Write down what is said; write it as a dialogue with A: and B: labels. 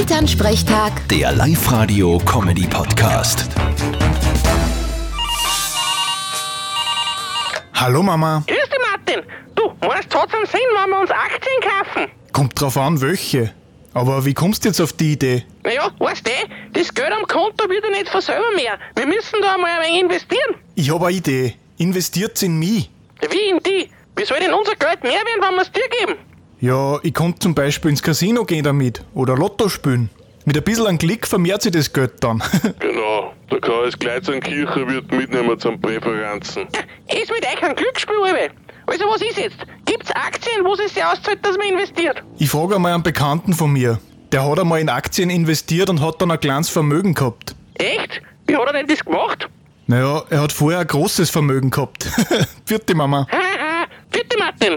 A: Elternsprechtag,
B: Der Live-Radio-Comedy-Podcast.
C: Hallo Mama,
D: Grüß dich, Martin. Du, meinst du, hat's einen Sinn, wenn wir uns Aktien kaufen?
C: kommt drauf an, welche. Aber wie kommst du jetzt auf die Idee?
D: Naja, weißt du, das Geld am Konto wird ja nicht von selber mehr. Wir müssen da mal ein wenig investieren.
C: Ich habe eine Idee. Investiert's in mich?
D: Wie in die? Wie soll denn unser Geld mehr werden, wenn wir es dir geben?
C: Ja, ich konnte zum Beispiel ins Casino gehen damit oder Lotto spielen. Mit ein bisschen an Klick vermehrt sich das Geld dann.
E: Genau, der KS Gleitzeinkircher wird mitnehmen zum Präferenzen.
D: Ist mit euch ein Glücksspiel, Uwe. Also, was ist jetzt? Gibt's Aktien, wo es sich auszahlt, dass man investiert?
C: ich frage einmal einen Bekannten von mir. Der hat einmal in Aktien investiert und hat dann ein kleines Vermögen gehabt.
D: Echt? Wie hat er denn das gemacht?
C: Naja, er hat vorher ein großes Vermögen gehabt. Vierte Mama.
D: Haha, bitte, Martin.